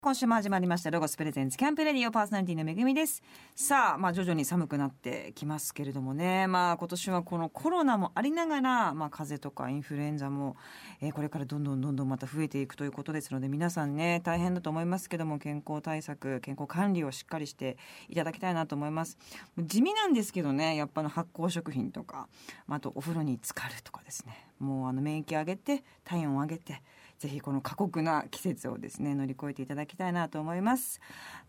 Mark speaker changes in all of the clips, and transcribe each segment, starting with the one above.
Speaker 1: 今週も始まりましたロゴスプレゼンツキャンプレディオパーソナリティのめぐみですさあまあ徐々に寒くなってきますけれどもねまあ今年はこのコロナもありながらまあ風邪とかインフルエンザも、えーこれからどんどんどんどんまた増えていくということですので皆さんね大変だと思いますけども健康対策健康管理をしっかりしていただきたいなと思います地味なんですけどねやっぱの発酵食品とかまああとお風呂に浸かるとかですねもうあの免疫上げて体温上げてぜひこの過酷な季節をですね乗り越えていただきたいなと思います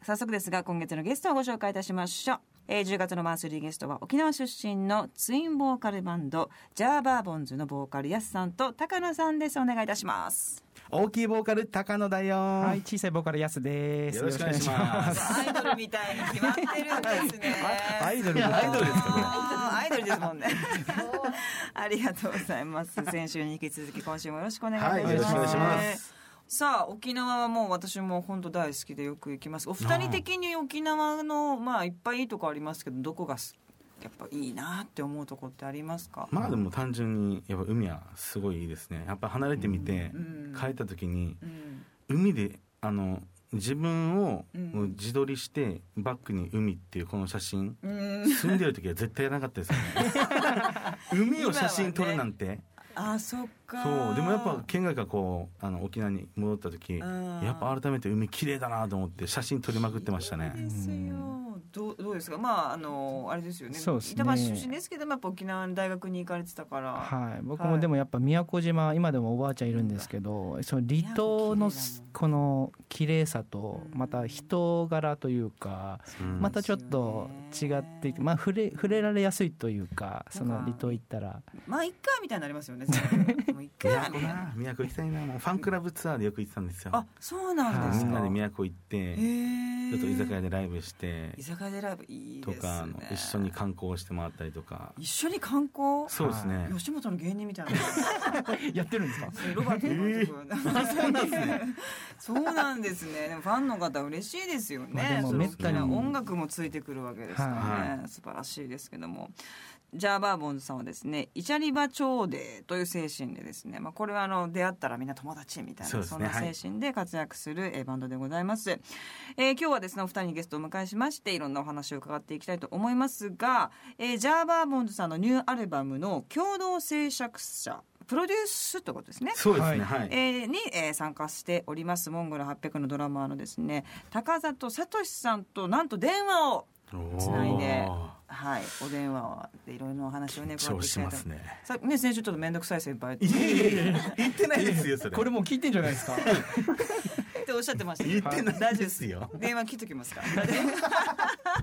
Speaker 1: 早速ですが今月のゲストをご紹介いたしましょう、えー10月のマンスリーゲストは沖縄出身のツインボーカルバンドジャーバーボンズのボーカルヤスさんと高野さんですお願いいたします
Speaker 2: 大きいボーカル高野だよ、
Speaker 3: はい、小さいボーカルやすです。。
Speaker 4: よろしくお願いしますす。
Speaker 1: アイドルみたいに決まってるんですね
Speaker 2: アイドルみ
Speaker 4: いや
Speaker 2: た
Speaker 4: ア
Speaker 2: い
Speaker 4: イドルですかこれ
Speaker 1: あーアイドルです もんねありがとうございます先週に引き続き今週もよろしくお願いいたします、
Speaker 4: はいよろしくお願いします
Speaker 1: さあ沖縄はもう私も本当大好きでよく行きますお二人的に沖縄のまあいっぱいいいとこありますけどどこがすやっぱいいなって思うとこってありますか、
Speaker 4: まあでも単純にやっぱ海はすごいいいですね。やっぱ離れてみて
Speaker 1: うん
Speaker 4: 帰った時に
Speaker 1: うん
Speaker 4: 海であの自分を
Speaker 1: うん
Speaker 4: もう自撮りしてバックに海っていうこの写真
Speaker 1: うん
Speaker 4: 住んでる時は絶対やらなかったですよね。海を写真撮るなんて、
Speaker 1: あそっか
Speaker 4: そうでもやっぱ県外からこうあの沖縄に戻った時
Speaker 1: うん
Speaker 4: やっぱ改めて海綺麗だなと思って写真撮りまくってました
Speaker 1: いい
Speaker 4: ね。
Speaker 1: ですよ。どうどうですか。まああのあれですよね。
Speaker 3: そうですね
Speaker 1: 板橋出身ですけどもやっぱ沖縄の大学に行かれてたから。
Speaker 3: はい、僕
Speaker 1: は
Speaker 3: も
Speaker 1: い
Speaker 3: でもやっぱ宮古島今でもおばあちゃんいるんですけどその離島のすこの綺麗さと
Speaker 1: うん
Speaker 3: また人柄というか
Speaker 4: うん
Speaker 3: またちょっと違ってまあ触れ触れられやすいというかその離島行ったら
Speaker 1: まあ一回みたいになり ますよね。そうもう一回
Speaker 4: 宮古な宮古行きたいなもうファンクラブツアーでよく行ってたんですよ
Speaker 1: あそうなんで
Speaker 4: み
Speaker 1: す
Speaker 4: ん
Speaker 1: か。
Speaker 4: なで
Speaker 1: へ
Speaker 4: 宮古行ってち
Speaker 1: え。
Speaker 4: ょっと居酒屋でライブして
Speaker 1: 居酒屋でライブいい
Speaker 4: と
Speaker 1: ですね。
Speaker 4: かあの一緒に観光してもらったりとか
Speaker 1: 一緒に観光。
Speaker 4: そうですね
Speaker 1: 吉本の芸人みたいな。
Speaker 3: やってるんですか
Speaker 1: ロバートの監督 そうなんですね。でもファンの方嬉しいですよ
Speaker 3: まあ
Speaker 1: ね。
Speaker 3: でも
Speaker 1: その
Speaker 3: めったに
Speaker 1: 音楽もついてくるわけですから
Speaker 4: は
Speaker 1: ね。素晴らしいですけども。ジャーバーボンズさんはですね、イチャリバ朝礼という精神でですね、まあこれはあの出会ったらみんな友達みたいな
Speaker 4: そ
Speaker 1: そ,、
Speaker 4: うです
Speaker 1: ん
Speaker 4: ね
Speaker 1: な精神で活躍するえーバンドでございます。えー今日はですねお二人にゲストをお迎えしましていろんなお話を伺っていきたいと思いますが、えージャーバーボンズさんのニューアルバムの共同制作者プロデュースってことですね。
Speaker 4: そうですねはい、
Speaker 1: えーに、えー参加しておりますモンゴル800のドラマーのですね高里聡さんとなんと電話を
Speaker 4: おー
Speaker 1: つないではいお電話でいろいろなお話をね伺っ
Speaker 4: 緊張
Speaker 1: ていき
Speaker 4: した
Speaker 1: い
Speaker 4: ま
Speaker 1: と
Speaker 4: すね
Speaker 1: さね先週ちょっと面倒くさい先輩って
Speaker 4: いやいやいや言ってないですよそれ
Speaker 3: これもう聞いてんじゃないですか
Speaker 1: っておっしゃってましたけ
Speaker 4: 言
Speaker 1: ど
Speaker 4: ってないですよ
Speaker 1: 電話切っときますか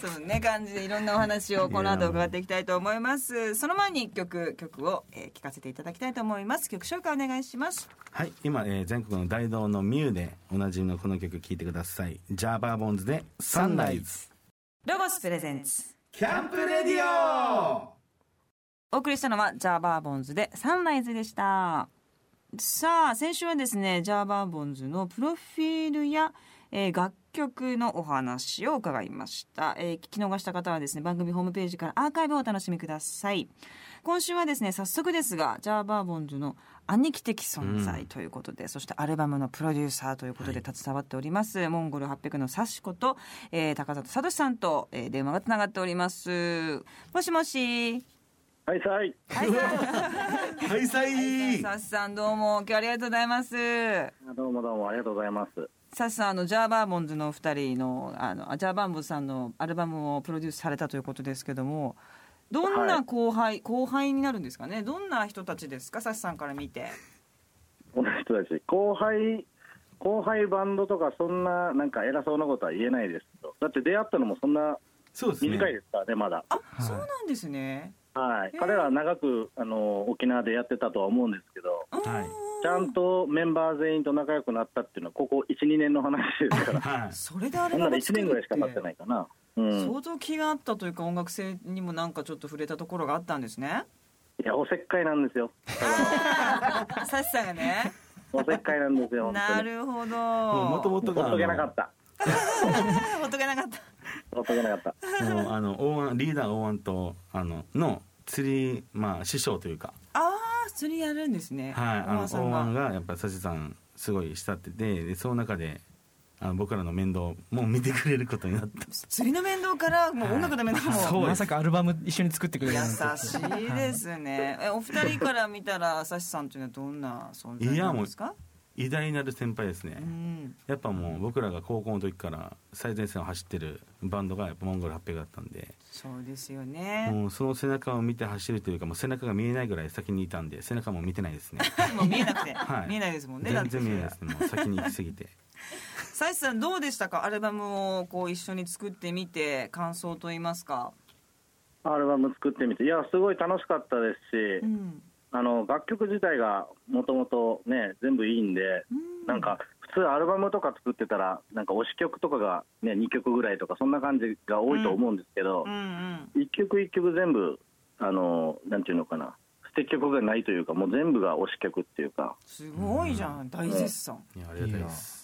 Speaker 1: そうね感じでいろんなお話をこの後伺っていきたいと思いますその前に一曲曲を、えー、聞かせていただきたいと思います曲紹介お願いします
Speaker 4: はい今、えー全国の大道のミューでおなじみのこの曲聴いてくださいジャーバーボンズでサンライズ
Speaker 1: ロゴスプレゼンツ
Speaker 2: キャンプレディオ
Speaker 1: お送りしたのはジャーバーボンズでサンライズでしたさあ先週はですねジャーバーボンズのプロフィールや、えー楽曲のお話を伺いました、えー聞き逃した方はですね番組ホームページからアーカイブをお楽しみください今週はですね早速ですがジャーバーボンズの兄貴的存在ということで、そしてアルバムのプロデューサーということで携わっております、モンゴル800のサシコと、えー高里聡さんと、えー電話がつながっておりますもしもし
Speaker 5: はい、はい。
Speaker 1: はい、
Speaker 4: はいさい
Speaker 1: サスさんどうも今日はありがとうございます。
Speaker 5: どうもどうもありがとうございます。
Speaker 1: サスさんあのジャーバーボンズのお二人のあのあジャーバーボンズさんのアルバムをプロデュースされたということですけども、どん
Speaker 5: は
Speaker 1: ない後輩、後輩になるんですかね。どんな人たちですかサスさんから見て。
Speaker 5: この人たち、後輩、後輩バンドとか、そんな、なんか偉そうなことは言えないですけど、だって出会ったのもそんな
Speaker 4: そうですね
Speaker 5: 短いですからね、まだ。
Speaker 1: あ、そうなんですね。
Speaker 5: はい
Speaker 1: へー。
Speaker 5: 彼らは長く、あの、沖縄でやってたとは思うんですけど、
Speaker 4: はい、
Speaker 5: ちゃんとメンバー全員と仲良くなったっていうのは、ここ1、2年の話ですか ら
Speaker 4: はい
Speaker 1: それであ
Speaker 5: そ
Speaker 1: れ。
Speaker 5: んなの1年ぐらいしか経ってないいかな。うん。
Speaker 1: 相当気があったというか音楽性にもなんかちょっと触れたところがあったんです ね。
Speaker 5: いや、おせっかいなんですよ。
Speaker 1: サスさんがね。
Speaker 5: おせっかいな んですよ、本
Speaker 1: な
Speaker 5: 当に。
Speaker 1: るほど。
Speaker 4: も ともとが
Speaker 5: ほっとけなかった。
Speaker 1: ほっとけなかった。
Speaker 5: ほっとけなかった。
Speaker 4: もうあの大腕リーダー大腕とあのの釣りまあ師匠というか、
Speaker 1: ああ、釣りやるんですね。
Speaker 4: はい、あ
Speaker 1: お
Speaker 4: の
Speaker 1: ばさんが
Speaker 4: 大腕がやっぱりサシさんすごい慕っててでその中であの僕らの面倒も見てくれることになった
Speaker 1: 釣りの面倒からもう音楽の面倒も、
Speaker 4: そうです
Speaker 3: まさかアルバム一緒に作ってくれ
Speaker 1: 優
Speaker 3: るなんて
Speaker 1: しいですねえお二人から見たら朝日さんというのはどんな存在なんですか
Speaker 4: 偉大なる先輩ですね、
Speaker 1: うん
Speaker 4: やっぱもう僕らが高校の時から最前線を走ってるバンドがやっぱモンゴル800だったんで
Speaker 1: そうですよね
Speaker 4: もうその背中を見て走るというかもう背中が見えないぐらい先にいたんで背中も見てないですね
Speaker 1: もう見えなくて、
Speaker 4: はい
Speaker 1: 見えないですもんねだっ
Speaker 4: 全
Speaker 1: て
Speaker 4: 然見えないですねもう先に行き過ぎて
Speaker 1: 朝日さんどうでしたかアルバムをこう一緒に作ってみて感想と言いますか
Speaker 5: アルバム作ってみていやすごい楽しかったですし、
Speaker 1: うん
Speaker 5: あの楽曲自体がもともとね全部いいんで、
Speaker 1: うん
Speaker 5: なんか普通アルバムとか作ってたらなんか推し曲とかがね2曲ぐらいとかそんな感じが多いと思うんですけど、
Speaker 1: うんうん
Speaker 5: 一曲一曲全部あのなんていうのかな捨て曲がないというかもう全部が推し曲っていうか
Speaker 1: すごいじゃん大絶賛
Speaker 4: いやありがたい です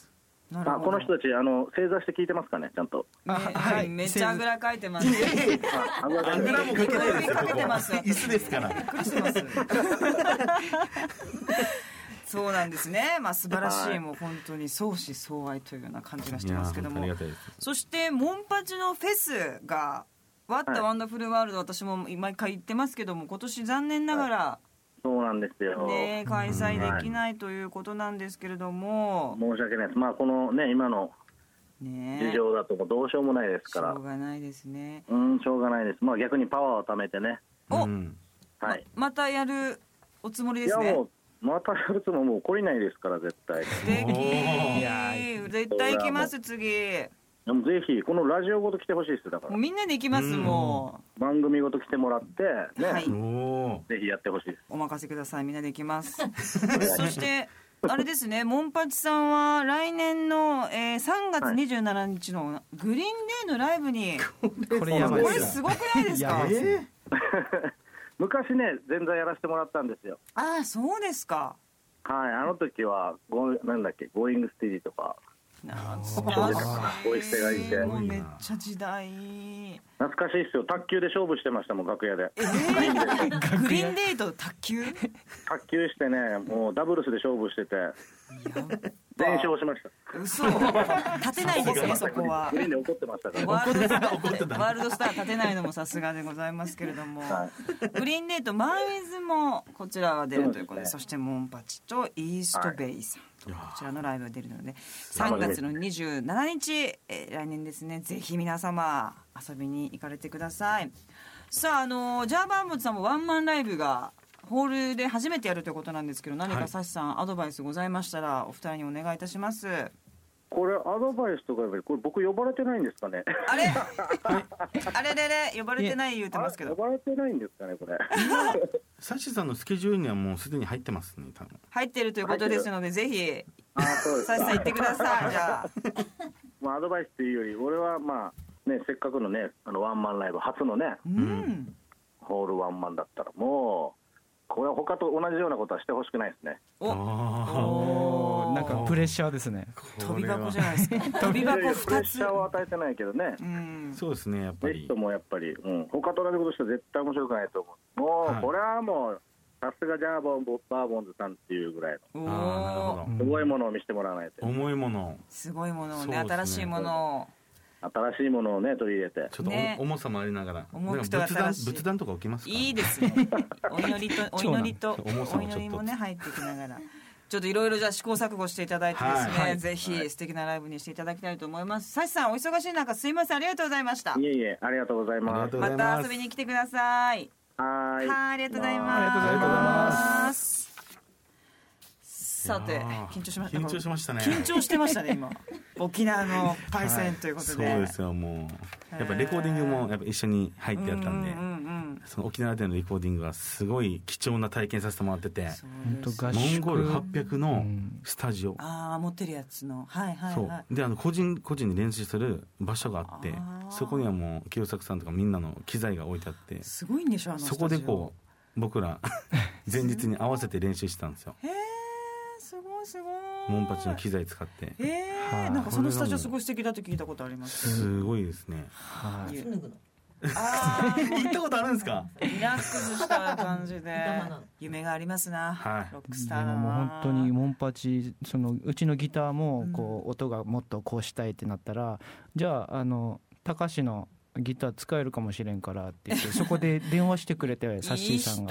Speaker 1: なる
Speaker 5: あ
Speaker 1: ほど
Speaker 5: この 人たちあの正座して聞いてますかねちゃんと
Speaker 1: め
Speaker 3: あは
Speaker 1: はいいめっちゃあぐらかいてますね
Speaker 5: ああごめんな
Speaker 4: あ
Speaker 5: さい
Speaker 4: ぐらもかけないですよ
Speaker 1: かけてます
Speaker 4: ここ椅子ですから
Speaker 1: びっくりしてますそうなんですねまあ素晴らし
Speaker 5: はいい
Speaker 1: もう本当に相思相愛というような感じがし
Speaker 4: い
Speaker 1: て
Speaker 4: や
Speaker 1: ますけ
Speaker 4: 本
Speaker 1: ど
Speaker 4: 当あり
Speaker 1: も
Speaker 4: がたいです
Speaker 1: そしてモンパチのフェスが「ワッ
Speaker 5: はい
Speaker 1: トワンダフルワールド」私も毎回言ってますけども今年残念ながら
Speaker 5: そうなんですよ、
Speaker 1: ね開催できないということなんですけれども
Speaker 5: 申し訳ないですまあこのね今の事
Speaker 1: ね
Speaker 5: 情だともうどうしようもないです
Speaker 1: し
Speaker 5: から
Speaker 1: ょうがないですね
Speaker 5: うんしょうがないですまあ逆にパワーを貯めてね
Speaker 1: お
Speaker 4: うん
Speaker 5: はい、
Speaker 1: またやるおつもり
Speaker 5: い
Speaker 1: です
Speaker 5: や
Speaker 1: ね
Speaker 5: もうまたやるつももう懲りないですから絶 対
Speaker 1: 素
Speaker 4: お
Speaker 1: 敵絶対行きます次
Speaker 5: でもぜひこのラジオごと来てほしいですだか
Speaker 1: も
Speaker 5: ら
Speaker 1: うみんなで行きます
Speaker 4: うん
Speaker 1: も
Speaker 5: 番組ごと来てもらって
Speaker 1: う
Speaker 5: ね、
Speaker 1: はい
Speaker 4: お
Speaker 5: ぜひやってほしいです
Speaker 1: お任せくださいみんなで行きます
Speaker 5: お願いし
Speaker 1: そ
Speaker 5: ます
Speaker 1: してあれですねモンパチさんは来年の、えー3月
Speaker 5: はい
Speaker 1: 27日のグリーンデーのライブに、
Speaker 3: これやばい
Speaker 1: こ
Speaker 3: で
Speaker 1: れ
Speaker 3: す
Speaker 1: すごくないです
Speaker 3: や
Speaker 1: か
Speaker 3: ばいですね
Speaker 5: 昔ね前座やらせてもらったんですよ
Speaker 1: ああそうですか
Speaker 5: はいあの時はゴーなんだっけゴーイングステディとか
Speaker 1: 懐
Speaker 5: そうです
Speaker 1: か
Speaker 5: こういう人がい
Speaker 1: していもうめっちゃ時代
Speaker 5: 懐かしいっすよ卓球で勝負してましたもん楽屋で
Speaker 1: えー、グリーンデーと卓球や
Speaker 5: 卓球してねもうダブルスで勝負してて
Speaker 1: ば
Speaker 5: 全勝しました
Speaker 1: 嘘立てない ですねそこは
Speaker 5: グリーンで怒ってましたから
Speaker 1: ワールドス ター
Speaker 4: 怒ってた
Speaker 1: ワールドスター立てないのもさすがでございますけれども、
Speaker 5: は
Speaker 1: グリーンデーとマンウィズもこちらは出るということでそ
Speaker 5: そうですね
Speaker 1: してモンパチとイーストベイさんと、こちらのライブが出るので3月の27日、えー来年ですねぜひ皆様遊びに行かれてくださいさああのージャーバームズさんもワンマンライブがホールで初めてやるということなんですけど何
Speaker 4: は
Speaker 1: か
Speaker 4: い
Speaker 1: サシさんアドバイスございましたらお二人にお願いいたします
Speaker 5: これアドバイスとかよりこれ僕呼ばれてないんですかね
Speaker 1: あれあれれれ呼ばれてない言うてますけ
Speaker 5: あ
Speaker 1: ど
Speaker 5: 呼ばれてないんですかね これ
Speaker 4: サッシーさんのスケジュールにはもうすでに入ってますね多分
Speaker 1: 入ってるということですのでぜひ
Speaker 5: あそうです
Speaker 1: サシさん行ってくださいじゃあ
Speaker 5: まあ、アドバイスっていうより、俺はまあ、ね、せっかくのね、あのワンマンライブ、初のね、
Speaker 1: うん
Speaker 5: ホールワンマンだったら、もう、これは他と同じようなことはしてほしくないですね。
Speaker 1: お
Speaker 4: あ
Speaker 1: おー
Speaker 3: なんかプレッシャーですね
Speaker 4: ー
Speaker 1: 飛び箱
Speaker 4: こ
Speaker 1: じ
Speaker 4: れ
Speaker 1: ゃ
Speaker 4: は
Speaker 1: ないですか飛び箱
Speaker 5: いやいやプレ
Speaker 1: 2
Speaker 5: ッ
Speaker 1: つ
Speaker 5: シャーを与えてないけどね、
Speaker 1: うん
Speaker 4: そうですねやっぱ
Speaker 5: ぜひ
Speaker 4: り
Speaker 5: ともやっぱり、うん、他と同じことしたら絶対面白くないと思う。もう、
Speaker 4: はい
Speaker 5: これはもう、さすがジャーボンボバーボンズさんっていうぐらい
Speaker 1: お
Speaker 4: ああなる
Speaker 1: お
Speaker 4: ほ
Speaker 5: の、すごいものを見せてもらわないと、
Speaker 4: ど重いものを
Speaker 1: すごいものをね
Speaker 4: そうですね
Speaker 1: 新しいものを
Speaker 5: 新しいものをね、取り入れて、
Speaker 4: ちょっとお、
Speaker 1: ね
Speaker 4: 重さもありながら
Speaker 1: 重くて
Speaker 4: なんか
Speaker 1: 新し
Speaker 4: 仏
Speaker 1: い
Speaker 4: 壇仏壇とか置きますか
Speaker 1: いいですねお祈りとお祈りと
Speaker 4: 長男重さ
Speaker 1: お
Speaker 4: もちょっと
Speaker 1: 祈りもね入ってきながらちょっといろいろじゃあ試行錯誤していただいてですね、
Speaker 4: はい
Speaker 1: ぜひ素敵なライブにしていただきたいと思いますサシさんお忙しい中すいませんありがとうございました
Speaker 5: いえいえ、ありがとうござい
Speaker 4: あり
Speaker 5: ま
Speaker 4: が
Speaker 5: す
Speaker 4: とう。ござ
Speaker 1: ま
Speaker 4: い
Speaker 1: た
Speaker 4: ま
Speaker 1: 遊
Speaker 4: す
Speaker 1: びに来てください
Speaker 5: はーい。
Speaker 1: はい、ありがとうございます。。
Speaker 5: あり
Speaker 3: がとうございます
Speaker 1: さて
Speaker 4: いや、ー
Speaker 1: 緊張しました。
Speaker 4: 緊張しましたね
Speaker 1: 緊張してましたね、 今。沖縄のパイセンということ
Speaker 4: そう
Speaker 1: で。
Speaker 4: ですよもうやっぱレコーディングもやっぱ一緒に入ってやったんで、
Speaker 1: うんうん
Speaker 4: その沖縄でのレコーディングはすごい貴重な体験させてもらってて
Speaker 1: うん。
Speaker 3: 本当合
Speaker 4: モン
Speaker 3: 宿
Speaker 4: ゴル800の
Speaker 3: ん
Speaker 4: スタジオ、
Speaker 1: ああ、持ってるやつの。はいはい
Speaker 4: そう
Speaker 1: はい。
Speaker 4: であの個人個人に練習する場所があって
Speaker 1: あー
Speaker 4: そこにはもう清作さんとかみんなの機材が置いてあって
Speaker 1: すごいんでしょ、あの
Speaker 4: そこでこう 僕ら前日に合わせて練習してたんですよ
Speaker 1: う。へえ、すごいすごい。
Speaker 4: モンパチの機材使って
Speaker 1: へえ、
Speaker 4: はい
Speaker 1: なんかそのスタジオすごい素敵だと聞いたことあります。
Speaker 4: すごいですね
Speaker 3: はい
Speaker 1: いえあー
Speaker 4: 行ったことあるんですか
Speaker 1: リラックスした感じで夢がありますな、
Speaker 4: はい
Speaker 1: ロックス
Speaker 3: で
Speaker 1: ターだな
Speaker 3: ももう本当にモンパチそのうちのギターもこう音がもっとこうしたいってなったら、じゃああの高志のギター使えるかもしれんからって言ってそこで電話してくれてサッシーさんが。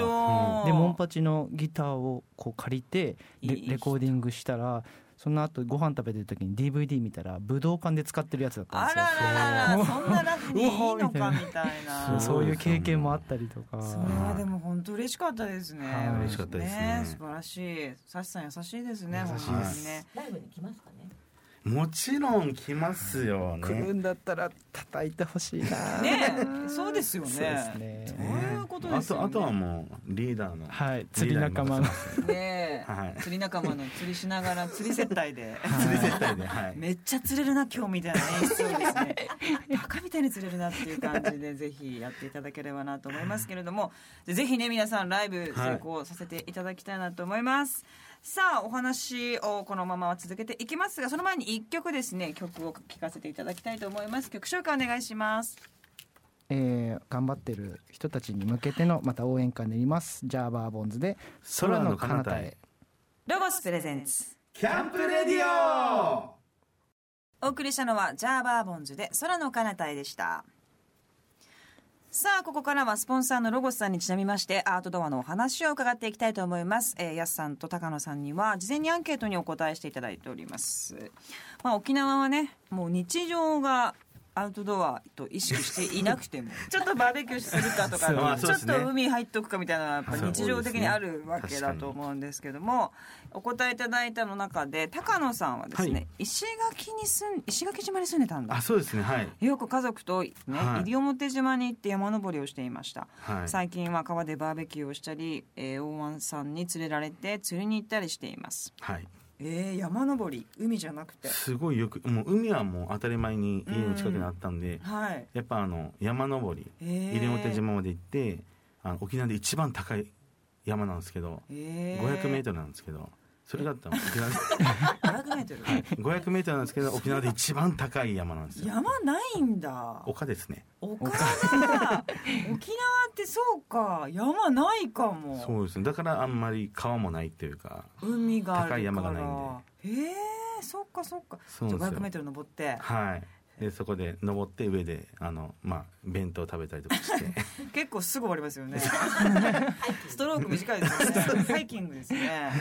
Speaker 3: でモンパチのギターをこう借りてレ
Speaker 1: いい人
Speaker 3: レコーディングしたらその後ご飯食べてる時に DVD 見たら武道館で使ってるやつだったん
Speaker 1: あ
Speaker 3: ですよ
Speaker 1: ららららそんなラフにいいの
Speaker 3: う
Speaker 1: か
Speaker 3: わー
Speaker 1: みたいな
Speaker 4: ら
Speaker 3: そういう経験もあったりとか
Speaker 1: それはでも本当嬉しかったですね
Speaker 3: はい。嬉し
Speaker 4: かったですね
Speaker 1: 素晴らしい。サシさん優しいですね。
Speaker 4: 優しい
Speaker 1: 本
Speaker 4: で
Speaker 1: 当
Speaker 4: す
Speaker 1: にね。
Speaker 6: ライブに来ますかね。
Speaker 4: もちろん来ますよ
Speaker 3: 来
Speaker 4: ね
Speaker 3: るんだったら叩いてほしいな
Speaker 1: ねえ、そうですよ
Speaker 3: そうです
Speaker 1: ね。
Speaker 3: ね
Speaker 1: そういうことですよね
Speaker 4: あとあとはもうリーダーの
Speaker 3: はい釣り仲間の
Speaker 1: ね
Speaker 4: は
Speaker 1: え、
Speaker 4: い
Speaker 1: 釣り仲間の釣りしながら釣り接待で。
Speaker 4: 釣り接待ではい
Speaker 1: めっちゃ釣れるな今日みたいな演出をです ねバカみたいに釣れるなっていう感じでぜひやっていただければなと思いますけれどもぜひね皆さんライブ成功させていただきたいなと思います、さあお話をこのまま続けていきますがその前に1曲ですね曲を聴かせていただきたいと思います曲紹介お願いします
Speaker 3: えー頑張ってる人たちに向けてのまた応援歌になりますジャーバーボンズで空の彼方へ
Speaker 1: ロゴスプレゼンツ
Speaker 2: キャンプレディオ
Speaker 1: お送りしたのはジャーバーボンズで空の彼方へでしたさあここからはスポンサーのロゴスさんにちなみましてアートドアのお話を伺っていきたいと思います、えー、やすさんと高野さんには事前にアンケートにお答えしていただいております、まあ、沖縄はねもう日常がアウトドアと意識していなく てもちょっとバーベキューするかとか、
Speaker 4: そう
Speaker 1: ちょっ
Speaker 4: そうです
Speaker 1: と
Speaker 4: ね
Speaker 1: 海入っとくかみたいなのはやっぱ
Speaker 4: そう
Speaker 1: 日常的にあるわけだ
Speaker 4: そうです
Speaker 1: と
Speaker 4: ね
Speaker 1: 思うんですけども、お答えいただいたの中で高野さんはですね、
Speaker 4: はい
Speaker 1: 石垣に住ん石垣島に住んでたん
Speaker 4: あ
Speaker 1: だ
Speaker 4: そうですねはい
Speaker 1: よく家族と、ね
Speaker 4: はい
Speaker 1: 西表島に行って山登りをしていました、
Speaker 4: はい
Speaker 1: 最近は川でバーベキューをしたり、えー、大湾さんに連れられて釣りに行ったりしています
Speaker 4: はい
Speaker 1: えー、山登り海じゃなくて
Speaker 4: すごいよくもう海はもう当たり前に家の近くにあったんで
Speaker 1: はい
Speaker 4: やっぱあの山登り
Speaker 1: えー
Speaker 4: 西表島まで行ってあの沖縄で一番高い山なんですけど
Speaker 1: えー、
Speaker 4: 500メートルなんですけどそれだったら沖縄で
Speaker 1: 500メートル
Speaker 4: 500メートルなんです けど沖縄で一番高い山なんですよ
Speaker 1: 山ないんだ
Speaker 4: 丘ですね
Speaker 1: 丘だ沖縄ってそうか山ないかも
Speaker 4: そうですねだからあんまり川もないっていうか
Speaker 1: 海があるから
Speaker 4: 高い山がない
Speaker 1: んでへえそっかそっか
Speaker 4: そうなん
Speaker 1: じ
Speaker 4: で
Speaker 1: ゃ
Speaker 4: す
Speaker 1: あ
Speaker 4: よ
Speaker 1: 500m 登って
Speaker 4: はいでそこで登って上であのまあ弁当食べたりとかして
Speaker 1: 結構すぐ終わりますよ ねストローク短い ですよねハイキングですね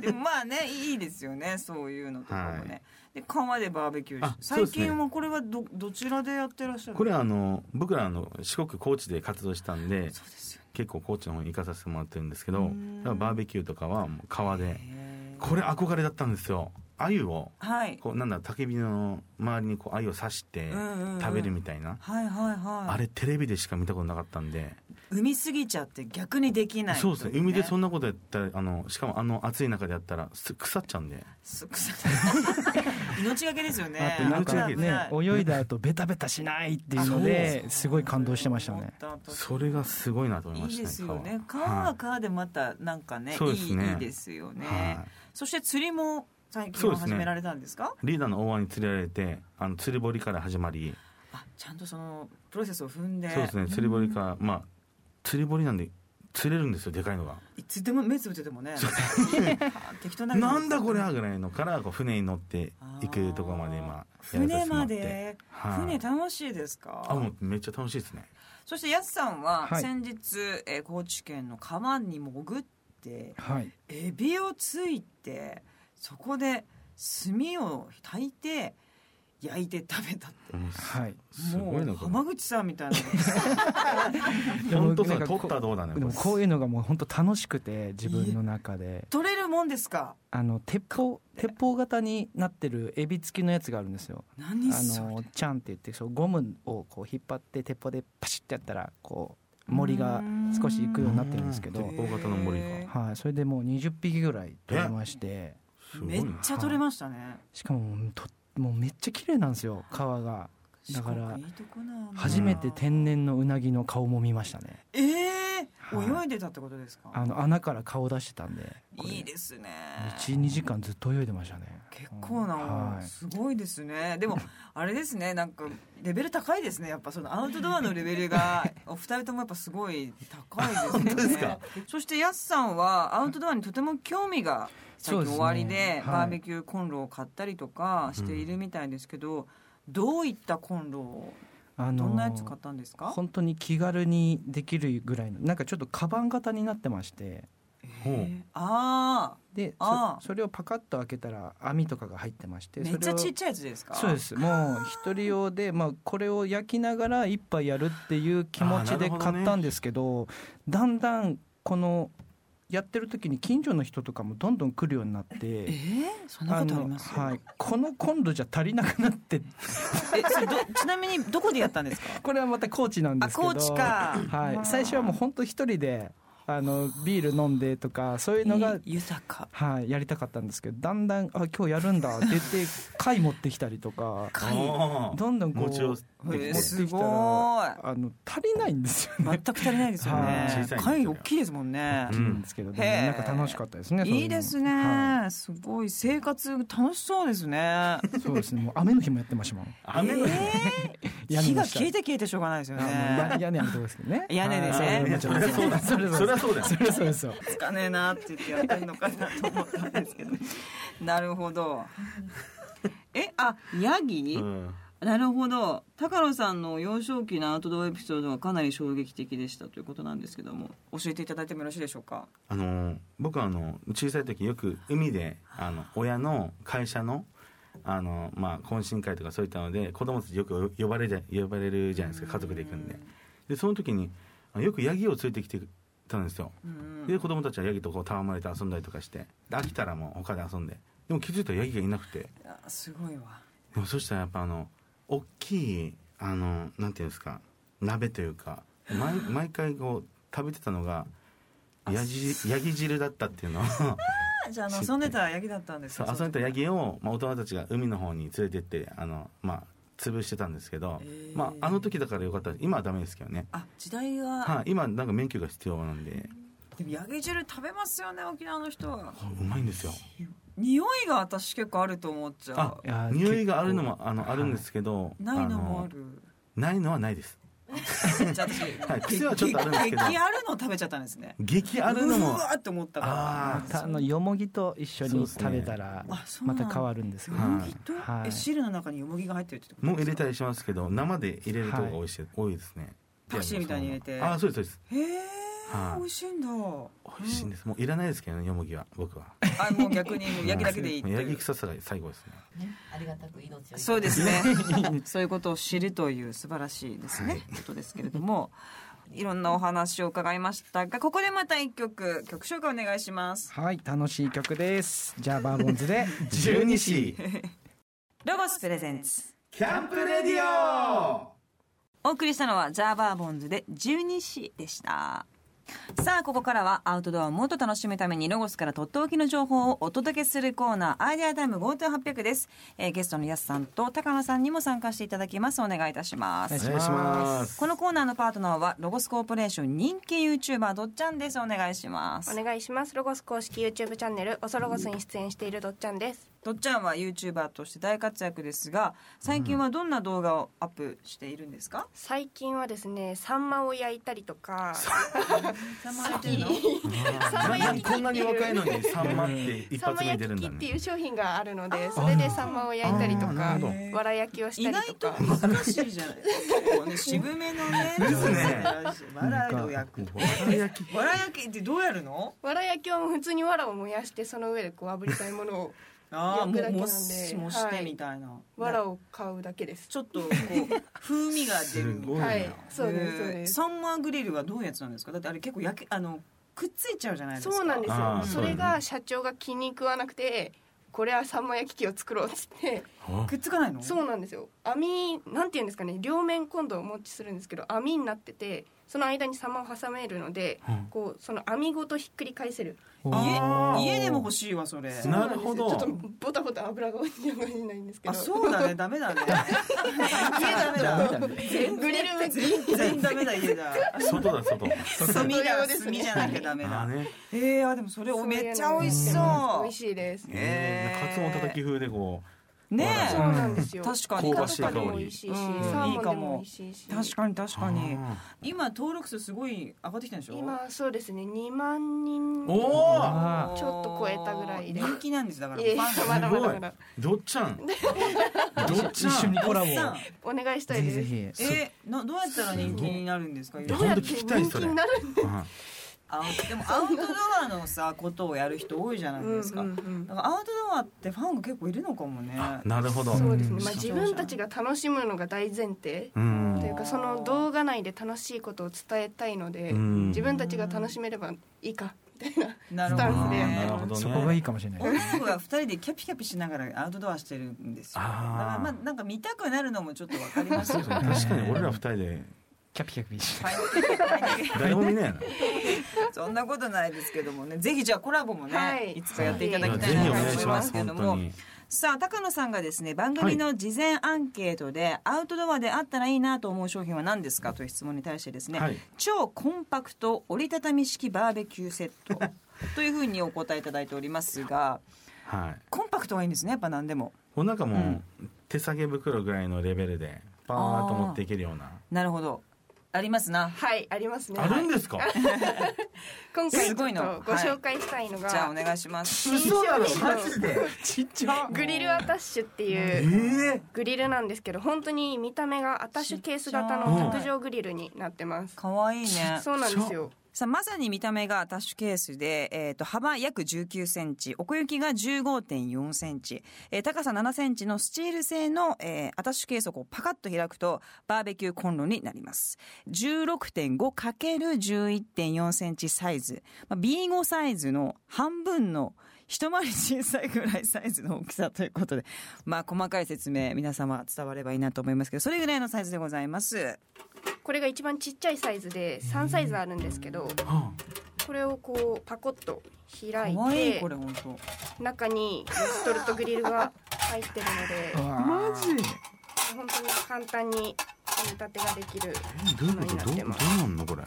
Speaker 1: でもまあねいいですよねそういうのとかもね、
Speaker 4: はい
Speaker 1: で川でバーベキューし
Speaker 4: あそ
Speaker 1: 最
Speaker 4: うですね
Speaker 1: 近はこれはどどちらでやってらっしゃる
Speaker 4: これはあの僕らあの四国高知で活動したんで
Speaker 1: そうですよね
Speaker 4: 結構高知の方に行かさせてもらってるんですけ
Speaker 1: う
Speaker 4: ど
Speaker 1: ん
Speaker 4: だからバーベキューとかはもう川で
Speaker 1: へー
Speaker 4: これ憧れだったんですよ鮎を
Speaker 1: はい
Speaker 4: こうなんだろう焚き火の周りにこう鮎を刺して
Speaker 1: うんうんうん
Speaker 4: 食べるみたいな
Speaker 1: はいはいはい
Speaker 4: あれテレビでしか見たことなかったんで
Speaker 1: 海すぎちゃって逆にできない
Speaker 4: そうですね海でそ
Speaker 1: ん
Speaker 4: んなことやったらあのしかもあの暑い中でやったらす腐っちゃうんで
Speaker 1: 命がけですよね
Speaker 3: あとなん
Speaker 1: 危
Speaker 3: か
Speaker 1: ない危な
Speaker 3: ね
Speaker 1: い
Speaker 3: 泳いだ後ベタベタしないっていうのですごい感動してました
Speaker 1: 思
Speaker 3: ね
Speaker 1: った私
Speaker 4: それがすごいなと思いま
Speaker 1: いい
Speaker 4: した
Speaker 1: ですよね
Speaker 4: 川
Speaker 1: 川
Speaker 4: は
Speaker 1: は川でまたなんかね,、
Speaker 4: そう
Speaker 1: い、
Speaker 4: です
Speaker 1: い
Speaker 4: ね
Speaker 1: いいですよね、
Speaker 4: は
Speaker 1: そして釣りも最近
Speaker 4: そう
Speaker 1: は
Speaker 4: ですね
Speaker 1: 始められたんですか
Speaker 4: いリーダーの大輪に釣りられてあの釣り堀から始まり
Speaker 1: あちゃんとそのプロセスを踏んで
Speaker 4: そうですね釣り堀からまあ釣り堀なんで釣れるんですよでかいのが
Speaker 1: いつでも目つぶっててもねあ 適当な
Speaker 4: なんだこれはぐらいのからこう船に乗って
Speaker 1: あー
Speaker 4: 行くとこまでまあやら
Speaker 1: 船
Speaker 4: せてもら
Speaker 1: ま
Speaker 4: って
Speaker 1: で、
Speaker 4: はい
Speaker 1: 船楽しいです
Speaker 4: あも
Speaker 1: か
Speaker 4: うめっちゃ楽しいですね
Speaker 1: そしてやすさんは
Speaker 3: はい
Speaker 1: 先日、えー高知県の川に潜って
Speaker 3: はい
Speaker 1: エビをついてそこで炭を炊いて焼いて食べたって
Speaker 4: うん
Speaker 3: はい
Speaker 4: すご
Speaker 1: も
Speaker 4: いうのかな
Speaker 1: 浜口さんみたいな
Speaker 4: 本当そ
Speaker 3: でもな
Speaker 4: れ
Speaker 3: んか
Speaker 4: 撮
Speaker 3: こう
Speaker 4: ったらどうだね
Speaker 3: でもこう
Speaker 4: れ
Speaker 3: いうのがもう本当楽しくて自分の中で
Speaker 1: 取れるもんですか
Speaker 3: あの鉄砲鉄砲型になってるエビ付きのやつがあるんですよ
Speaker 1: 何
Speaker 3: あ
Speaker 1: それ
Speaker 3: のチャンって言ってそうゴムをこう引っ張って鉄砲でパシッてやったらこう森が少し行くようになってるんですけ
Speaker 4: う
Speaker 3: ど
Speaker 4: ん、大型の森が
Speaker 1: へ
Speaker 3: はい、それでもう20匹ぐらい取れまして
Speaker 4: す
Speaker 1: ー
Speaker 4: ご
Speaker 1: めっ
Speaker 4: いな
Speaker 1: ちゃ取れましたね
Speaker 3: しかももうともうめっちゃ綺麗なんですよ川がだから
Speaker 1: 四国いいとこなんだ
Speaker 3: 初めて天然のうなぎの顔も見ましたね
Speaker 1: えええ
Speaker 3: は
Speaker 1: 泳いでたってことですか。
Speaker 3: あの穴から顔出してたんでこれ
Speaker 1: いいですね。
Speaker 3: 12時間ずっと泳いでましたね
Speaker 1: 結構な、
Speaker 3: はい
Speaker 1: すごいです ね。でもあれですね、なんかレベル高いですね。やっぱそのアウトドアのレベル がお二人ともやっぱすごい高いですね。
Speaker 4: 本当ですか
Speaker 1: そしてやすさんはアウトドアにとても興味が最
Speaker 3: そ
Speaker 1: 近
Speaker 3: うですね
Speaker 1: 終わりで
Speaker 3: はい
Speaker 1: バーベキューコンロを買ったりとかしているみたいですけど、どういったコンロを
Speaker 3: あ
Speaker 1: ど
Speaker 3: の
Speaker 1: んなやつ買ったんですか？
Speaker 3: 本当に気軽にできるぐらいのなんかちょっとカバン型になってまして
Speaker 4: ほう
Speaker 1: ああ、
Speaker 3: で
Speaker 1: あ
Speaker 3: そ
Speaker 1: ー
Speaker 3: それをパカッと開けたら網とかが入ってまして
Speaker 1: めっちゃ
Speaker 3: そ
Speaker 1: ち
Speaker 3: れ
Speaker 1: っ
Speaker 3: を
Speaker 1: ちゃいやつですか？
Speaker 3: そうで。すもう一人 用で、まあ、これを焼きながら一杯やるっていう気持ちで
Speaker 4: あーなるほどね
Speaker 3: 買ったんですけどだんだんこのやってる時に近所の人とかもどんどん来るようになっ
Speaker 1: え
Speaker 3: て。
Speaker 1: ー、そんなことあります？
Speaker 3: のはい、このコンロじゃ足りなくなって
Speaker 1: えそれどちなみにどこでやったんですか
Speaker 3: これはまた高知なん ですけど
Speaker 1: あ高知か
Speaker 3: はい
Speaker 1: まあ、
Speaker 3: 最初はもう本当一人であのビール飲んでとかそういうのが、
Speaker 1: 豊か
Speaker 3: はい、やりたかったんですけどだんだんあ今日やるんだって言って 貝持ってきたりとか
Speaker 4: おー
Speaker 3: どんどんこう
Speaker 4: 持ち寄っ
Speaker 1: へ
Speaker 4: て
Speaker 1: え
Speaker 4: きて
Speaker 1: すごい
Speaker 3: あの足りないんですよ
Speaker 1: 全
Speaker 3: ね。
Speaker 1: く足りないですよ
Speaker 3: はい
Speaker 1: ね
Speaker 4: 小さい んですよ
Speaker 1: 貝大きいですもんね
Speaker 4: う
Speaker 3: うんんですけど、でも
Speaker 1: へえ
Speaker 3: なんか楽しかったですね。そううの
Speaker 1: いいですね、
Speaker 3: は
Speaker 1: すごい生活楽しそうですね
Speaker 3: いそうですね。もう雨の日もやってましたもん。
Speaker 4: 雨の日
Speaker 1: えー、
Speaker 3: 屋根
Speaker 1: 火が
Speaker 3: の下
Speaker 1: 消えて消えてしょうがないですよ
Speaker 3: あもう
Speaker 1: ね
Speaker 3: や屋 根のとこですけどね。
Speaker 1: 屋根ですね
Speaker 3: はいもちろんそうですそれ
Speaker 4: そりゃそうだよ
Speaker 3: それそうですよ。
Speaker 1: つかねえなって言ってやってるのかなと思ったんです けどなるほどえあヤギ、
Speaker 4: うん
Speaker 1: なるほど高野さんの幼少期のアウトドアエピソードはかなり衝撃的でしたということなんですけども教えていただいてもよろしいでしょうか
Speaker 4: あの僕はあの小さい時よく海であの親の会社のあの、まあ、懇親会とかそういったので子供たちよく呼ばれるじゃ呼ばれるじゃないですか家族で行くんででその時にあよくヤギを連れてきてたんですよ
Speaker 1: うん
Speaker 4: で子供たちはヤギとこう戯れて遊んだりとかしてで飽きたらもう他で遊んででも気づいたらヤギがいなくて
Speaker 1: あすごいわ
Speaker 4: でもそしたらやっぱあの大きいあのなんていうんですか鍋というか 毎毎回こう食べてたのがヤギヤギ汁だったっていう のを
Speaker 1: じゃああの遊んでたヤギだったんです
Speaker 4: そう
Speaker 1: か
Speaker 4: 遊んでたヤギを、まあ、大人たちが海の方に連れてってあの、まあ、潰してたんですけど、
Speaker 1: へー
Speaker 4: まあ、あの時だからよかった今はダメですけどね、
Speaker 1: あ時代が、
Speaker 4: はい、今なんか免許が必要なんで
Speaker 1: でもヤギ汁食べますよね沖縄の人は
Speaker 4: これうまいんですよ
Speaker 1: 匂いが私結構あると思っちゃ
Speaker 4: あ
Speaker 1: う
Speaker 3: いや
Speaker 4: 匂いがあるのもあのあるんですけど、
Speaker 1: ないのも
Speaker 4: あ
Speaker 1: ある
Speaker 4: ないのはないです、
Speaker 1: じゃあ私
Speaker 4: はい、癖はちょっとあるんですけど
Speaker 1: 激あるの食べちゃったんですね
Speaker 4: 激あるの
Speaker 1: う
Speaker 4: も
Speaker 1: わーって思ったから
Speaker 4: あ
Speaker 3: たあのよもぎと一緒に食べたら
Speaker 1: そうですね
Speaker 3: また変わるんですけど
Speaker 1: よもぎと、
Speaker 3: はい
Speaker 1: え汁の中によもぎが入ってるってこと
Speaker 4: もう入れた
Speaker 1: い
Speaker 4: りしますけど生で入れる方が多いし、多いですね
Speaker 1: パクチーみたいに入れて
Speaker 4: あそうですそうです
Speaker 1: へえ、
Speaker 4: はい
Speaker 1: 美味しいんだ
Speaker 4: 美味しいんですもういらないですけどねよもぎは僕は
Speaker 1: あもう逆にもうヤギだけでいいって
Speaker 4: もうヤ
Speaker 1: い
Speaker 4: ギ
Speaker 1: う
Speaker 4: 臭さが最後ですね
Speaker 6: ね、ありがたく命をいただいて
Speaker 1: そうですね。そういうことを知るという素晴らしいですね。ことですけれども、いろんなお話を伺いましたが、ここでまた一曲曲紹介お願いします。
Speaker 3: はい、楽しい曲です。じゃあバーボンズ で
Speaker 4: 十二子
Speaker 1: ロゴスプレゼンツ。
Speaker 2: キャンプレディオ
Speaker 1: お送りしたのはジャーバーボンズで十二子でした。さあここからはアウトドアをもっと楽しむためにロゴスからとっておきの情報をお届けするコーナーアイデアタイム GoTo800 です、えーゲストのやすさんと高野さんにも参加していただきますお願いいたします
Speaker 4: お
Speaker 3: お
Speaker 4: 願いします
Speaker 1: このコーナーのパートナーはロゴスコーポレーション人気 YouTuber どっちゃんですお願いします
Speaker 7: お願いしますロゴス公式 YouTube チャンネル「おそロゴス」に出演しているどっちゃんです
Speaker 1: どっちゃんは YouTuber として大活躍ですが最近はどんな動画をアップしているんですか、
Speaker 7: 最近はですねサンマを焼いたりとか
Speaker 4: ななこんなに若いのにサンマって一
Speaker 7: サンマ
Speaker 4: 発目に
Speaker 7: 焼
Speaker 4: 出るん
Speaker 7: き器
Speaker 4: だ
Speaker 7: って
Speaker 4: ね
Speaker 7: いう商品があるのでそれでサンマを焼いたりと
Speaker 4: あーな
Speaker 7: か
Speaker 4: るほど
Speaker 7: わら焼きをし
Speaker 1: 意
Speaker 7: た
Speaker 1: 外
Speaker 7: りと
Speaker 1: と
Speaker 7: か
Speaker 1: 難しいじゃないですか、ね、渋めのね
Speaker 4: ですね
Speaker 1: わらを焼く
Speaker 4: 焼
Speaker 1: わら焼きってどうやるの
Speaker 7: わら焼きはもう普通にわらを燃やしてその上でこう炙りたいも のを
Speaker 1: ああも
Speaker 7: 焼くだけなんで
Speaker 1: もしもしてみたいな、
Speaker 7: わらを買うだけです
Speaker 1: ちょっとこう風味が出るみたい
Speaker 4: すごい
Speaker 1: な
Speaker 4: な
Speaker 7: はいそうですそう
Speaker 1: えー
Speaker 7: です
Speaker 1: サンマーグリルはどういうやつなんですかだってあれ結構焼けあのくっついちゃうじゃないですか
Speaker 7: そうなんです
Speaker 4: あ
Speaker 7: よ
Speaker 4: ー
Speaker 7: それが社長が気に食わなくてこれはサンマ焼き器を作ろうっつって
Speaker 1: くっつかないの
Speaker 7: そうなんですよ網なんていうんですかね両面今度お持ちするんですけど網になっててその間にサマを挟めるので、
Speaker 4: うん
Speaker 7: こうその網ごとひっくり返せる
Speaker 4: あー
Speaker 1: 家家でも欲しいわそれ
Speaker 4: なるほど
Speaker 7: そうなんですよちょっとボタボタ油が落ちてもいないんですけど
Speaker 1: あそうだねダメ だね家ダ
Speaker 3: ダメ
Speaker 1: メ
Speaker 3: だ
Speaker 1: だ
Speaker 3: ね
Speaker 7: グリル向
Speaker 1: 全
Speaker 7: き
Speaker 1: 然ダメだ家 だ
Speaker 4: 外だ外
Speaker 1: 炭だ
Speaker 7: 用です
Speaker 1: 炭
Speaker 7: ね
Speaker 1: じゃなきゃダメ
Speaker 4: あ
Speaker 1: だ
Speaker 4: ーね
Speaker 1: えー、あでもそれおめっちゃ美味し
Speaker 7: 美
Speaker 1: そ
Speaker 7: 味しいです
Speaker 1: ね
Speaker 4: えー、カツオのたたき風でこ
Speaker 1: うね
Speaker 7: そう
Speaker 1: え
Speaker 7: なんですよ
Speaker 1: 確か
Speaker 4: に
Speaker 7: イカとかでも美味しいし、
Speaker 1: 香ばしい香り
Speaker 7: サーモンでも美味しいし
Speaker 1: 確かに確
Speaker 4: う
Speaker 1: かに
Speaker 4: あ
Speaker 1: 今登録数すごい上がってきたんでしょ
Speaker 7: 今そうですね2万人
Speaker 4: ーおー
Speaker 3: あ
Speaker 7: ちょっと超えたぐらいで
Speaker 1: 人気なんですだから
Speaker 7: いえいえ
Speaker 1: ファン
Speaker 7: ま
Speaker 1: が
Speaker 7: だ
Speaker 4: す
Speaker 7: ま
Speaker 4: ご
Speaker 7: だ
Speaker 4: い
Speaker 7: まだ
Speaker 4: どっ ちゃんどっち
Speaker 3: 一緒
Speaker 4: ゃん
Speaker 3: にコラボを
Speaker 1: さ
Speaker 7: お願いした
Speaker 3: ぜ
Speaker 7: い
Speaker 3: ひ
Speaker 7: です
Speaker 3: ぜひ
Speaker 1: えなどうやったら人気になるんですか
Speaker 4: ご
Speaker 7: どうや
Speaker 4: 本当
Speaker 7: って
Speaker 4: 聞き
Speaker 7: 人
Speaker 4: たいそ
Speaker 7: 気
Speaker 4: れ
Speaker 7: になるんで
Speaker 4: うん
Speaker 1: あでもアウトドアのさことをやる人多いじゃないです
Speaker 7: すか、
Speaker 1: か
Speaker 7: うんうんうん
Speaker 1: だからアウトドアってファンが結構いるのかもね
Speaker 4: あなるほど
Speaker 7: そうですね、まあ、
Speaker 1: うん
Speaker 7: 自分たちが楽しむのが大前提
Speaker 4: うん
Speaker 7: というかその動画内で楽しいことを伝えたいので
Speaker 4: うん
Speaker 7: 自分たちが楽しめればいいかみたいな
Speaker 1: な
Speaker 7: スタンスでやって
Speaker 4: なる
Speaker 7: ま
Speaker 4: ほ
Speaker 7: す
Speaker 4: どね
Speaker 3: そこがいいかもしれない
Speaker 1: 女の子が二人でキャピキャピしながらアウトドアしてるんですよだか
Speaker 4: あー
Speaker 1: らまあなんか見たくなるのもちょっとわかります
Speaker 4: そう
Speaker 1: よ
Speaker 4: ですね確かに俺ら二人で
Speaker 3: キャピキャピして
Speaker 1: はいはい
Speaker 4: 誰も見ないな
Speaker 1: そんなことないですけどもねぜひじゃあコラボもね、
Speaker 7: はい
Speaker 1: い、つかやっていただ
Speaker 4: ぜ
Speaker 1: きた
Speaker 4: ひ
Speaker 1: いな
Speaker 4: お
Speaker 1: と
Speaker 4: 願い
Speaker 1: 思い
Speaker 4: し
Speaker 1: ま
Speaker 4: ますす
Speaker 1: けど
Speaker 4: 本
Speaker 1: も
Speaker 4: 当に
Speaker 1: さあ高野さんがですね番組の事前アンケートで、アウトドアであったらいいなと思う商品は何ですかという質問に対してですね、
Speaker 4: はい
Speaker 1: 超コンパクト折りたたみ式バーベキューセット というふうにお答えいただいておりますが
Speaker 4: はい
Speaker 1: コンパクトがいいんですねやっぱ何でも
Speaker 4: もうなんかもう手提げ袋ぐらいのレベルでパーッと持っていけるような
Speaker 1: なるほどありますな
Speaker 7: はいありますね
Speaker 4: あるんですか
Speaker 7: 今回ちょ
Speaker 1: す
Speaker 7: っと
Speaker 1: ご
Speaker 7: ご
Speaker 1: いの
Speaker 7: 紹介したいのが、
Speaker 1: じゃあお願いします
Speaker 4: 嘘だろ
Speaker 7: 新商
Speaker 4: マ
Speaker 7: 品
Speaker 4: ジで
Speaker 3: ちっちゃ
Speaker 7: グリルアタッシュっていう
Speaker 4: ええ
Speaker 7: グリルなんですけど本当に見た目がアタッシュケース型
Speaker 1: ちっちゃ
Speaker 7: の
Speaker 1: い
Speaker 7: 卓上グリルになってます
Speaker 1: かわいいね
Speaker 7: そうなんですよ
Speaker 1: さあまさに見た目がアタッシュケースで、えー、と幅約1 9センチ奥行きが1 5 4センチ、えー高さ7センチのスチール製の、えーアタッシュケースをこうパカッと開くとバーベキューコンロになります1 6 5かける1 1 4センチサイズ、まあ、B5 サイズの半分の一回り小さいぐらいサイズの大きさということで、まあ、細かい説明皆様伝わればいいなと思いますけどそれぐらいのサイズでございます
Speaker 7: これが一番ちっちゃいサイズで3サイズあるんですけど
Speaker 4: は
Speaker 7: これをこうパコッと
Speaker 1: か
Speaker 7: 開い
Speaker 1: わいい
Speaker 7: て
Speaker 1: これ本当。
Speaker 7: 中にピストルとグリルが入ってるので
Speaker 3: マジ
Speaker 7: 本当に簡単に組み立てができる
Speaker 4: あどういうことどうどうなんのこれ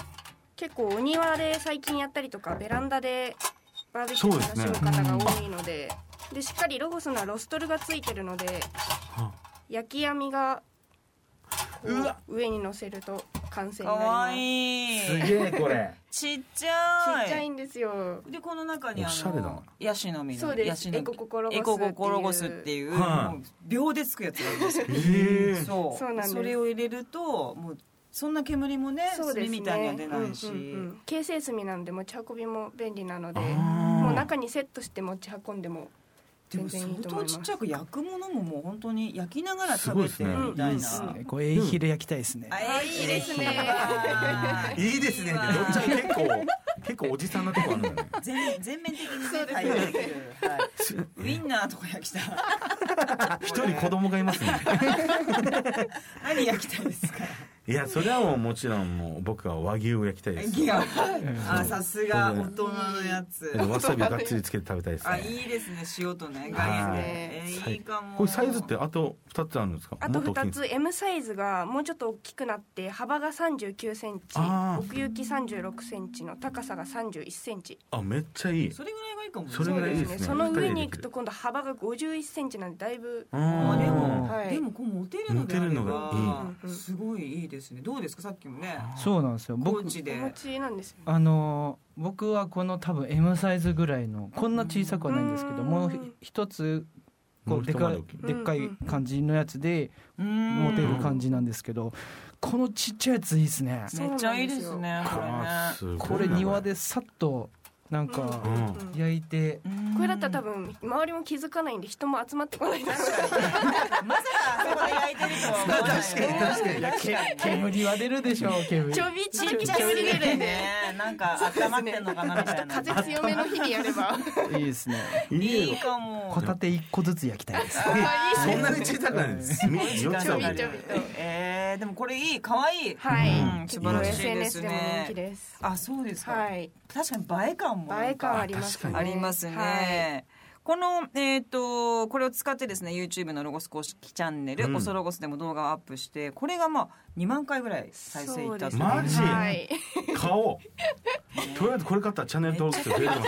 Speaker 7: 結構お庭で最近やったりとかベランダでバーベキュ
Speaker 4: そう
Speaker 7: ー
Speaker 4: で
Speaker 7: 楽
Speaker 4: すね
Speaker 7: しむ方が多いのででしっかりロゴスのはロストルがついてるので
Speaker 4: は
Speaker 7: 焼き網がこ
Speaker 4: うわ
Speaker 7: う上に乗せると完成に
Speaker 1: か
Speaker 7: なりま
Speaker 1: わ
Speaker 7: す
Speaker 1: いい
Speaker 4: すげえこれ
Speaker 1: ちっちゃい
Speaker 7: ちっちゃいんですよ
Speaker 1: でこの中にあ
Speaker 4: おしゃれだな
Speaker 1: のヤシの実の
Speaker 7: そうです
Speaker 1: ヤシの実
Speaker 7: エコ心ゴス
Speaker 1: エコ心ゴスっていう,、
Speaker 4: はい
Speaker 1: もう秒でつくやつがあるんですよ
Speaker 4: ええ
Speaker 1: そう
Speaker 7: そうなんです
Speaker 1: れを入れるともうそんな煙もね
Speaker 7: そうです
Speaker 1: 炭みたいには出ないし、
Speaker 7: うんうんうん形成炭なんで持ち運びも便利なので
Speaker 4: あー
Speaker 7: もう中にセットして持ち運んでも
Speaker 1: でも
Speaker 7: 全然いいと
Speaker 1: 相
Speaker 7: 思い
Speaker 1: 当
Speaker 7: ます
Speaker 1: ちっちゃく焼くものももう本当に焼きながら食べて
Speaker 4: すごいですね
Speaker 1: るみたいな、
Speaker 7: うんうん
Speaker 3: これエイヒレ焼きたいですね
Speaker 1: あいいですね
Speaker 4: いいですねってどっちゃん結構結構おじさんなとこあるんだね
Speaker 1: 全全面的にね対応できる、はい、ウインナーとか焼きたい
Speaker 4: 一人子供がいますね
Speaker 1: 何焼きたいですか
Speaker 4: いやそれはもうもちろんもう僕は和牛を焼きたいです
Speaker 1: ギガ
Speaker 3: うん
Speaker 1: あさすが大人のやつ
Speaker 4: わさびをがっつりつけて食べたいです
Speaker 1: あ
Speaker 4: ね
Speaker 1: いいですね塩とね
Speaker 4: は
Speaker 1: 岩
Speaker 4: い
Speaker 1: 塩ねえーいいかも
Speaker 4: これサイズってあと二つあるんですか
Speaker 7: あと
Speaker 4: もっ大きい
Speaker 7: 2
Speaker 4: んです
Speaker 7: つ M サイズがもうちょっと大きくなって幅が3 9センチ
Speaker 4: あー
Speaker 7: 奥行き3 6センチの高さが3 1センチ
Speaker 4: あめっちゃいい
Speaker 1: それぐらいがいいかもね
Speaker 4: それぐらいいいですね
Speaker 7: その上に行くと今度幅が5 1センチなんでだいぶ
Speaker 1: あで
Speaker 4: うん
Speaker 1: も、
Speaker 7: はい
Speaker 1: でもこうモテるのであれば
Speaker 4: モテるのが
Speaker 7: いい
Speaker 1: すごいいいですねどうですかさっきもね
Speaker 3: そうなんですよ
Speaker 1: コ
Speaker 3: 僕
Speaker 1: ーチ
Speaker 7: お
Speaker 1: で
Speaker 7: 持ちなんですよね
Speaker 3: あのー僕はこの多分 M サイズぐらいのこんな小さくはないんですけど
Speaker 7: うん
Speaker 3: もうひ一つこ
Speaker 4: も
Speaker 3: う
Speaker 4: う
Speaker 3: で
Speaker 4: 一
Speaker 3: か
Speaker 4: 回り
Speaker 3: い
Speaker 4: 大きい
Speaker 3: でっかい感じのやつで
Speaker 1: モ
Speaker 3: 持てる感じなんですけどこのちっちゃいやついいですね
Speaker 7: じ
Speaker 1: めっちゃいいですねこれ
Speaker 4: あー
Speaker 1: ね
Speaker 4: すごいな
Speaker 3: これ庭でさっとなん
Speaker 7: う
Speaker 3: か
Speaker 7: ん
Speaker 4: う
Speaker 3: 焼いて
Speaker 7: これだったら多
Speaker 1: 分
Speaker 7: 分周りも気づかないんで人も集まってこないです
Speaker 1: まさかそこで焼いてるとは思わないよね
Speaker 3: 確かに煙は出るでしょう煙
Speaker 7: ちょびち
Speaker 1: ち
Speaker 7: ょ
Speaker 1: っ
Speaker 7: び
Speaker 1: ちゃすぎ
Speaker 7: 煙出る
Speaker 1: て
Speaker 7: んで
Speaker 1: ねなんか温まってんのかなみたいな
Speaker 7: 風強めの日にやれば
Speaker 3: いいですね
Speaker 1: いいかも
Speaker 3: ホタテ一個ずつ焼きたいです
Speaker 7: あーいいですね
Speaker 4: そんなに小さくないです。
Speaker 1: 時間
Speaker 7: ちょび
Speaker 1: かか
Speaker 7: ちょ
Speaker 1: る
Speaker 7: びと
Speaker 1: ええー、でもこれいい可愛い
Speaker 7: はい、
Speaker 1: うん素晴らしいです
Speaker 7: SNS でも人気
Speaker 1: ね
Speaker 7: です
Speaker 1: あそうですか、
Speaker 7: はい
Speaker 1: 確かに映え感もなんか
Speaker 7: 映え感あります
Speaker 4: あ確
Speaker 7: ね
Speaker 4: か
Speaker 1: ありますね。この、えー、とこれを使ってですね YouTube のロゴス公式チャンネル「
Speaker 4: うん
Speaker 1: オソロゴス」でも動画をアップしてこれがまあ2万回ぐらい再生いったと
Speaker 4: ねマジ
Speaker 7: はい、
Speaker 4: 買おうとりあえずこれ買ったらチャンネル登録数増えてますね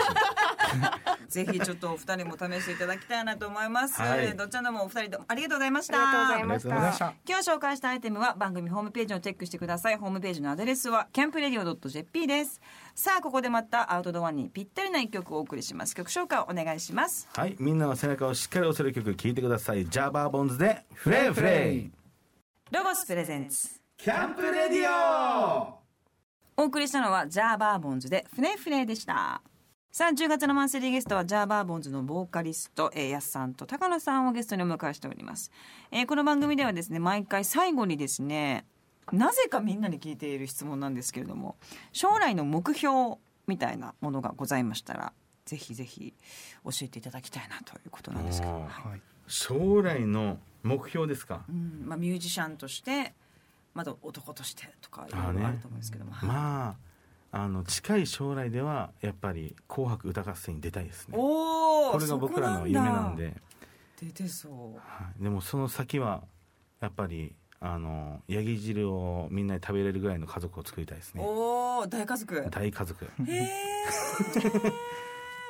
Speaker 1: ぜひちょっとお二人も試していただきたいなと思います、
Speaker 4: はい
Speaker 1: どちらもお二人ともありがとうございまし
Speaker 7: あり
Speaker 1: た
Speaker 7: がとうございまし
Speaker 4: ありがとうございましたた
Speaker 1: 今日紹介したアイテムは番組ホームページをチェックしてくださいホームページのアドレスはキャンプレディオ .jp ですさあここでまたアウトドアにぴったりな一曲をお送りします曲紹介をお願いします
Speaker 4: はいみんなの背中をしっかり押せる曲聴いてくださいジャーバーボンズでフレイフレイ
Speaker 1: ロゴスプレゼンツ
Speaker 2: キャンプレディオ
Speaker 1: お送りしたのはジャーバーボンズでフレフレでしたさあ10月のマンスリーゲストはジャーバーボンズのボーカリスト、えー、やすさんと高野さんをゲストにお迎えしております、えーこの番組ではですね毎回最後にですねなぜかみんなに聞いている質問なんですけれども将来の目標みたいなものがございましたらぜひぜひ教えていただきたいなということなんですけど、
Speaker 4: おー
Speaker 1: はい
Speaker 3: はい、
Speaker 4: 将来の目標ですか
Speaker 1: うんまあ、ミュージシャンとしてまだ男としてとかいろいろあると思うんですけども、はい
Speaker 4: まああの近い将来ではやっぱり「紅白歌合戦」に出たいですねこ
Speaker 1: おお
Speaker 4: れが僕らの夢なんで
Speaker 1: 出てそう
Speaker 4: はいでもその先はやっぱりあのヤギ汁をみんなで食べれるぐらいの家族を作りたいですね
Speaker 1: おお大家族へ
Speaker 4: 大家 族
Speaker 1: え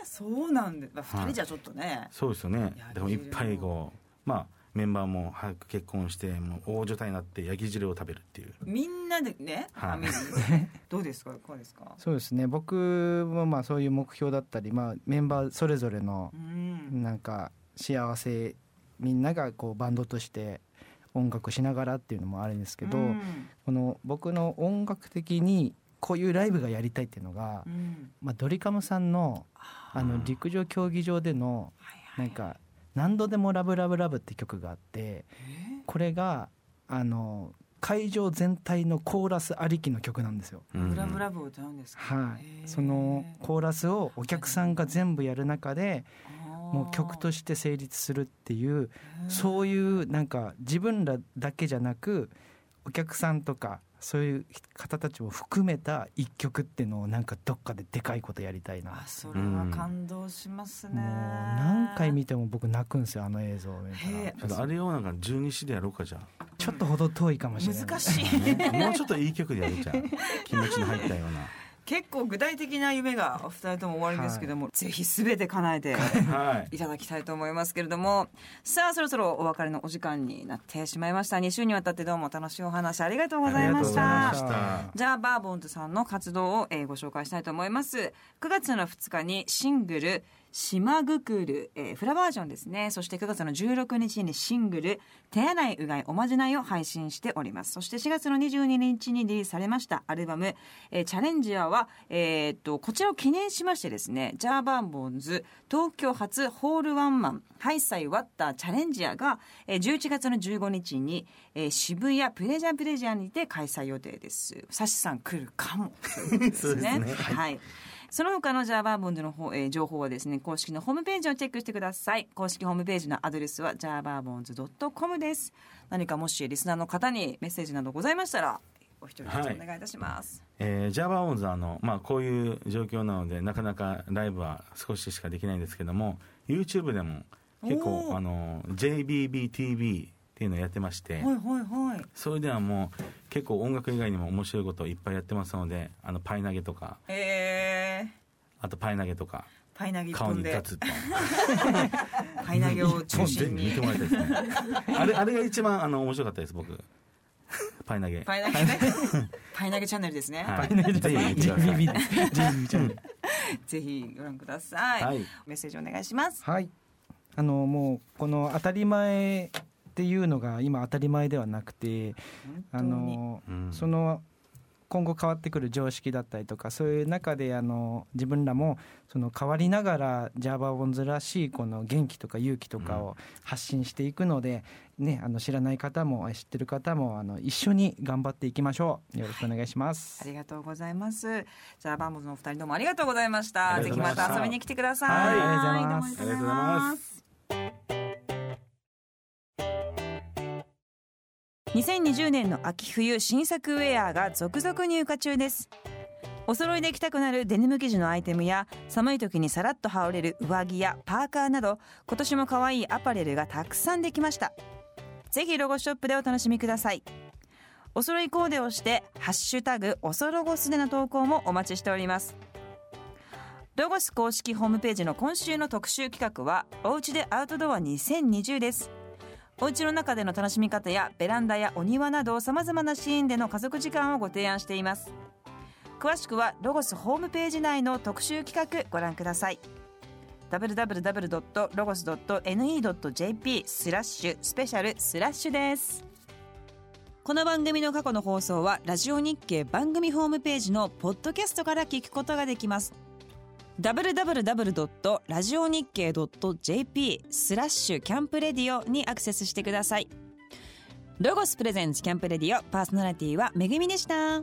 Speaker 1: そうなんで、まあ、
Speaker 4: は
Speaker 1: 2
Speaker 4: い
Speaker 1: 人じゃちょっとね、
Speaker 4: そうですよね
Speaker 1: ヤギ汁
Speaker 4: でもいっぱいこうまあメンバーも早く結婚してもう大所帯になってヤギ汁を食べるっていう
Speaker 1: みんなでね、
Speaker 4: はい
Speaker 1: あみんなでねどうですかいかがですか
Speaker 3: そうですね僕もまあそういう目標だったり、まあ、メンバーそれぞれの
Speaker 1: うん
Speaker 3: なんか幸せみんながこうバンドとして音楽しながらっていうのもあるんですけど、
Speaker 1: うん
Speaker 3: この僕の音楽的にこういうライブがやりたいっていうのが、
Speaker 1: うん
Speaker 3: まあ、ドリカムさんのあの
Speaker 4: うん
Speaker 3: 陸上競技場での
Speaker 1: はいはい
Speaker 3: なんか「何度でもラブラブラブ」って曲があって
Speaker 1: え
Speaker 3: これがあの会場全体のコーラスありきの曲なんですよ。
Speaker 1: ブラブラブを歌うんですか、
Speaker 3: はい
Speaker 1: へ、ー
Speaker 3: そのコーラスをお客さんが全部やる中でもう曲と
Speaker 1: して
Speaker 3: して成立するっていうそういうなんか自分らだけじゃなくお客さんとかそういう方たちも含めた一曲っていうのをなんかどっかででかいことやりたいな
Speaker 1: あそれは感動しますね、
Speaker 3: もう何回見ても僕泣くんですよあの映像を見
Speaker 1: へ
Speaker 4: ちょ
Speaker 3: た
Speaker 4: っと
Speaker 3: ら
Speaker 4: あれをなんか十二支でやろうかじゃ あ
Speaker 3: ちょっとほど遠いかもしれない
Speaker 1: 難 しい
Speaker 4: もうちょっといい曲でやるじゃん気持ちに入ったよう
Speaker 1: 結構具体的な夢がお二人とも終わりですけども、ぜひ全て叶えて
Speaker 4: なは
Speaker 1: い
Speaker 4: い
Speaker 1: ただきたいと思いますけれどもさあそろそろお別れのお時間になってしまいました2週にわたってどうも楽しいお話ありがとうございまし
Speaker 4: あ
Speaker 1: た
Speaker 4: りがとうございました
Speaker 1: じゃあバーボンズさんの活動を、えーご紹介したいと思います9月の2日にシングル「島ぐくる、えーフラバージョンですねそして9月の16日にシングル「手洗いうがいおまじない」を配信しておりますそして4月の22日にリリースされましたアルバム「えーチャレンジアーは」えーっとこちらを記念しましてですねジャーバーボンズ東京初ホールワンマンハイサイワッターチャレンジアーが、えー11月の15日に、えー渋谷プレジャープレジャーにて開催予定ですサシさん来るか も
Speaker 4: そうですね
Speaker 1: はい、その他のジャーバーボンズの方、えー情報はですね公式のホームページをチェックしてください公式ホームページのアドレスはジャーバーボンズ .com です何かもしリスナーの方にメッセージなどございましたらお一人ずつお願いいたします、
Speaker 4: えー、ジャバーオンズはあの、まあ、こういう状況なのでなかなかライブは少ししかできないんですけども YouTube でも結
Speaker 1: お
Speaker 4: 構
Speaker 1: ー
Speaker 4: あの JBBTV っていうのをやってまして、
Speaker 1: はいはいはい
Speaker 4: それではもう結構音楽以外にも面白いことをいっぱいやってますのであのパイ投げとか
Speaker 1: えー
Speaker 4: あとパイ投げとか
Speaker 1: パイ投げ一
Speaker 4: 顔
Speaker 1: 本
Speaker 4: に
Speaker 1: で
Speaker 4: ガツッと
Speaker 1: パイ投げを中心
Speaker 4: 見
Speaker 1: に
Speaker 4: てもらいたいですね あれあれが一番あの面白かったです僕パイ投げ
Speaker 1: パイ投げね パイ投げチャンネルですね、
Speaker 4: はい、ぜひ見てくださ い
Speaker 1: ぜひご覧ください、
Speaker 4: はい
Speaker 1: メッセージお願いします
Speaker 3: はい、あのもうこの当たり前っていうのが今当たり前ではなくてあの、
Speaker 4: うん
Speaker 3: その今後変わってくる常識だったりとかそういう中であの自分らもその変わりながらジャーバーボンズらしいこの元気とか勇気とかを発信していくので、ね、あの知らない方も知ってる方もあの一緒に頑張っていきましょうよろしくお願いします。
Speaker 1: ありがとうございますじゃあバンボズのお二人どうもありがとうございました
Speaker 4: あり
Speaker 1: ぜ
Speaker 4: が
Speaker 1: ひ
Speaker 4: とうござ
Speaker 1: ま
Speaker 4: いました
Speaker 1: た遊びに来てください、
Speaker 3: はいありがとうございます
Speaker 1: どもありがとうございます2020年の秋冬新作ウェアが続々入荷中ですお揃いで着たくなるデニム生地のアイテムや寒い時にさらっと羽織れる上着やパーカーなど今年も可愛いアパレルがたくさんできましたぜひロゴショップでお楽しみくださいお揃いコーデをして「ハッシュタグおそろごす」での投稿もお待ちしておりますロゴス公式ホームページの今週の特集企画は「おうちでアウトドア2020」ですお家の中での楽しみ方やベランダやお庭などさまざまなシーンでの家族時間をご提案しています詳しくはロゴスホームページ内の特集企画ご覧ください www.logos.ne.jp スラッシュスペシャルスラッシュですこの番組の過去の放送はラジオ日経番組ホームページのポッドキャストから聞くことができます www.radionickei.jp スラッシュキャンプレディオにアクセスしてくださいロゴスプレゼンツキャンプレディオパーソナリティはめぐみでした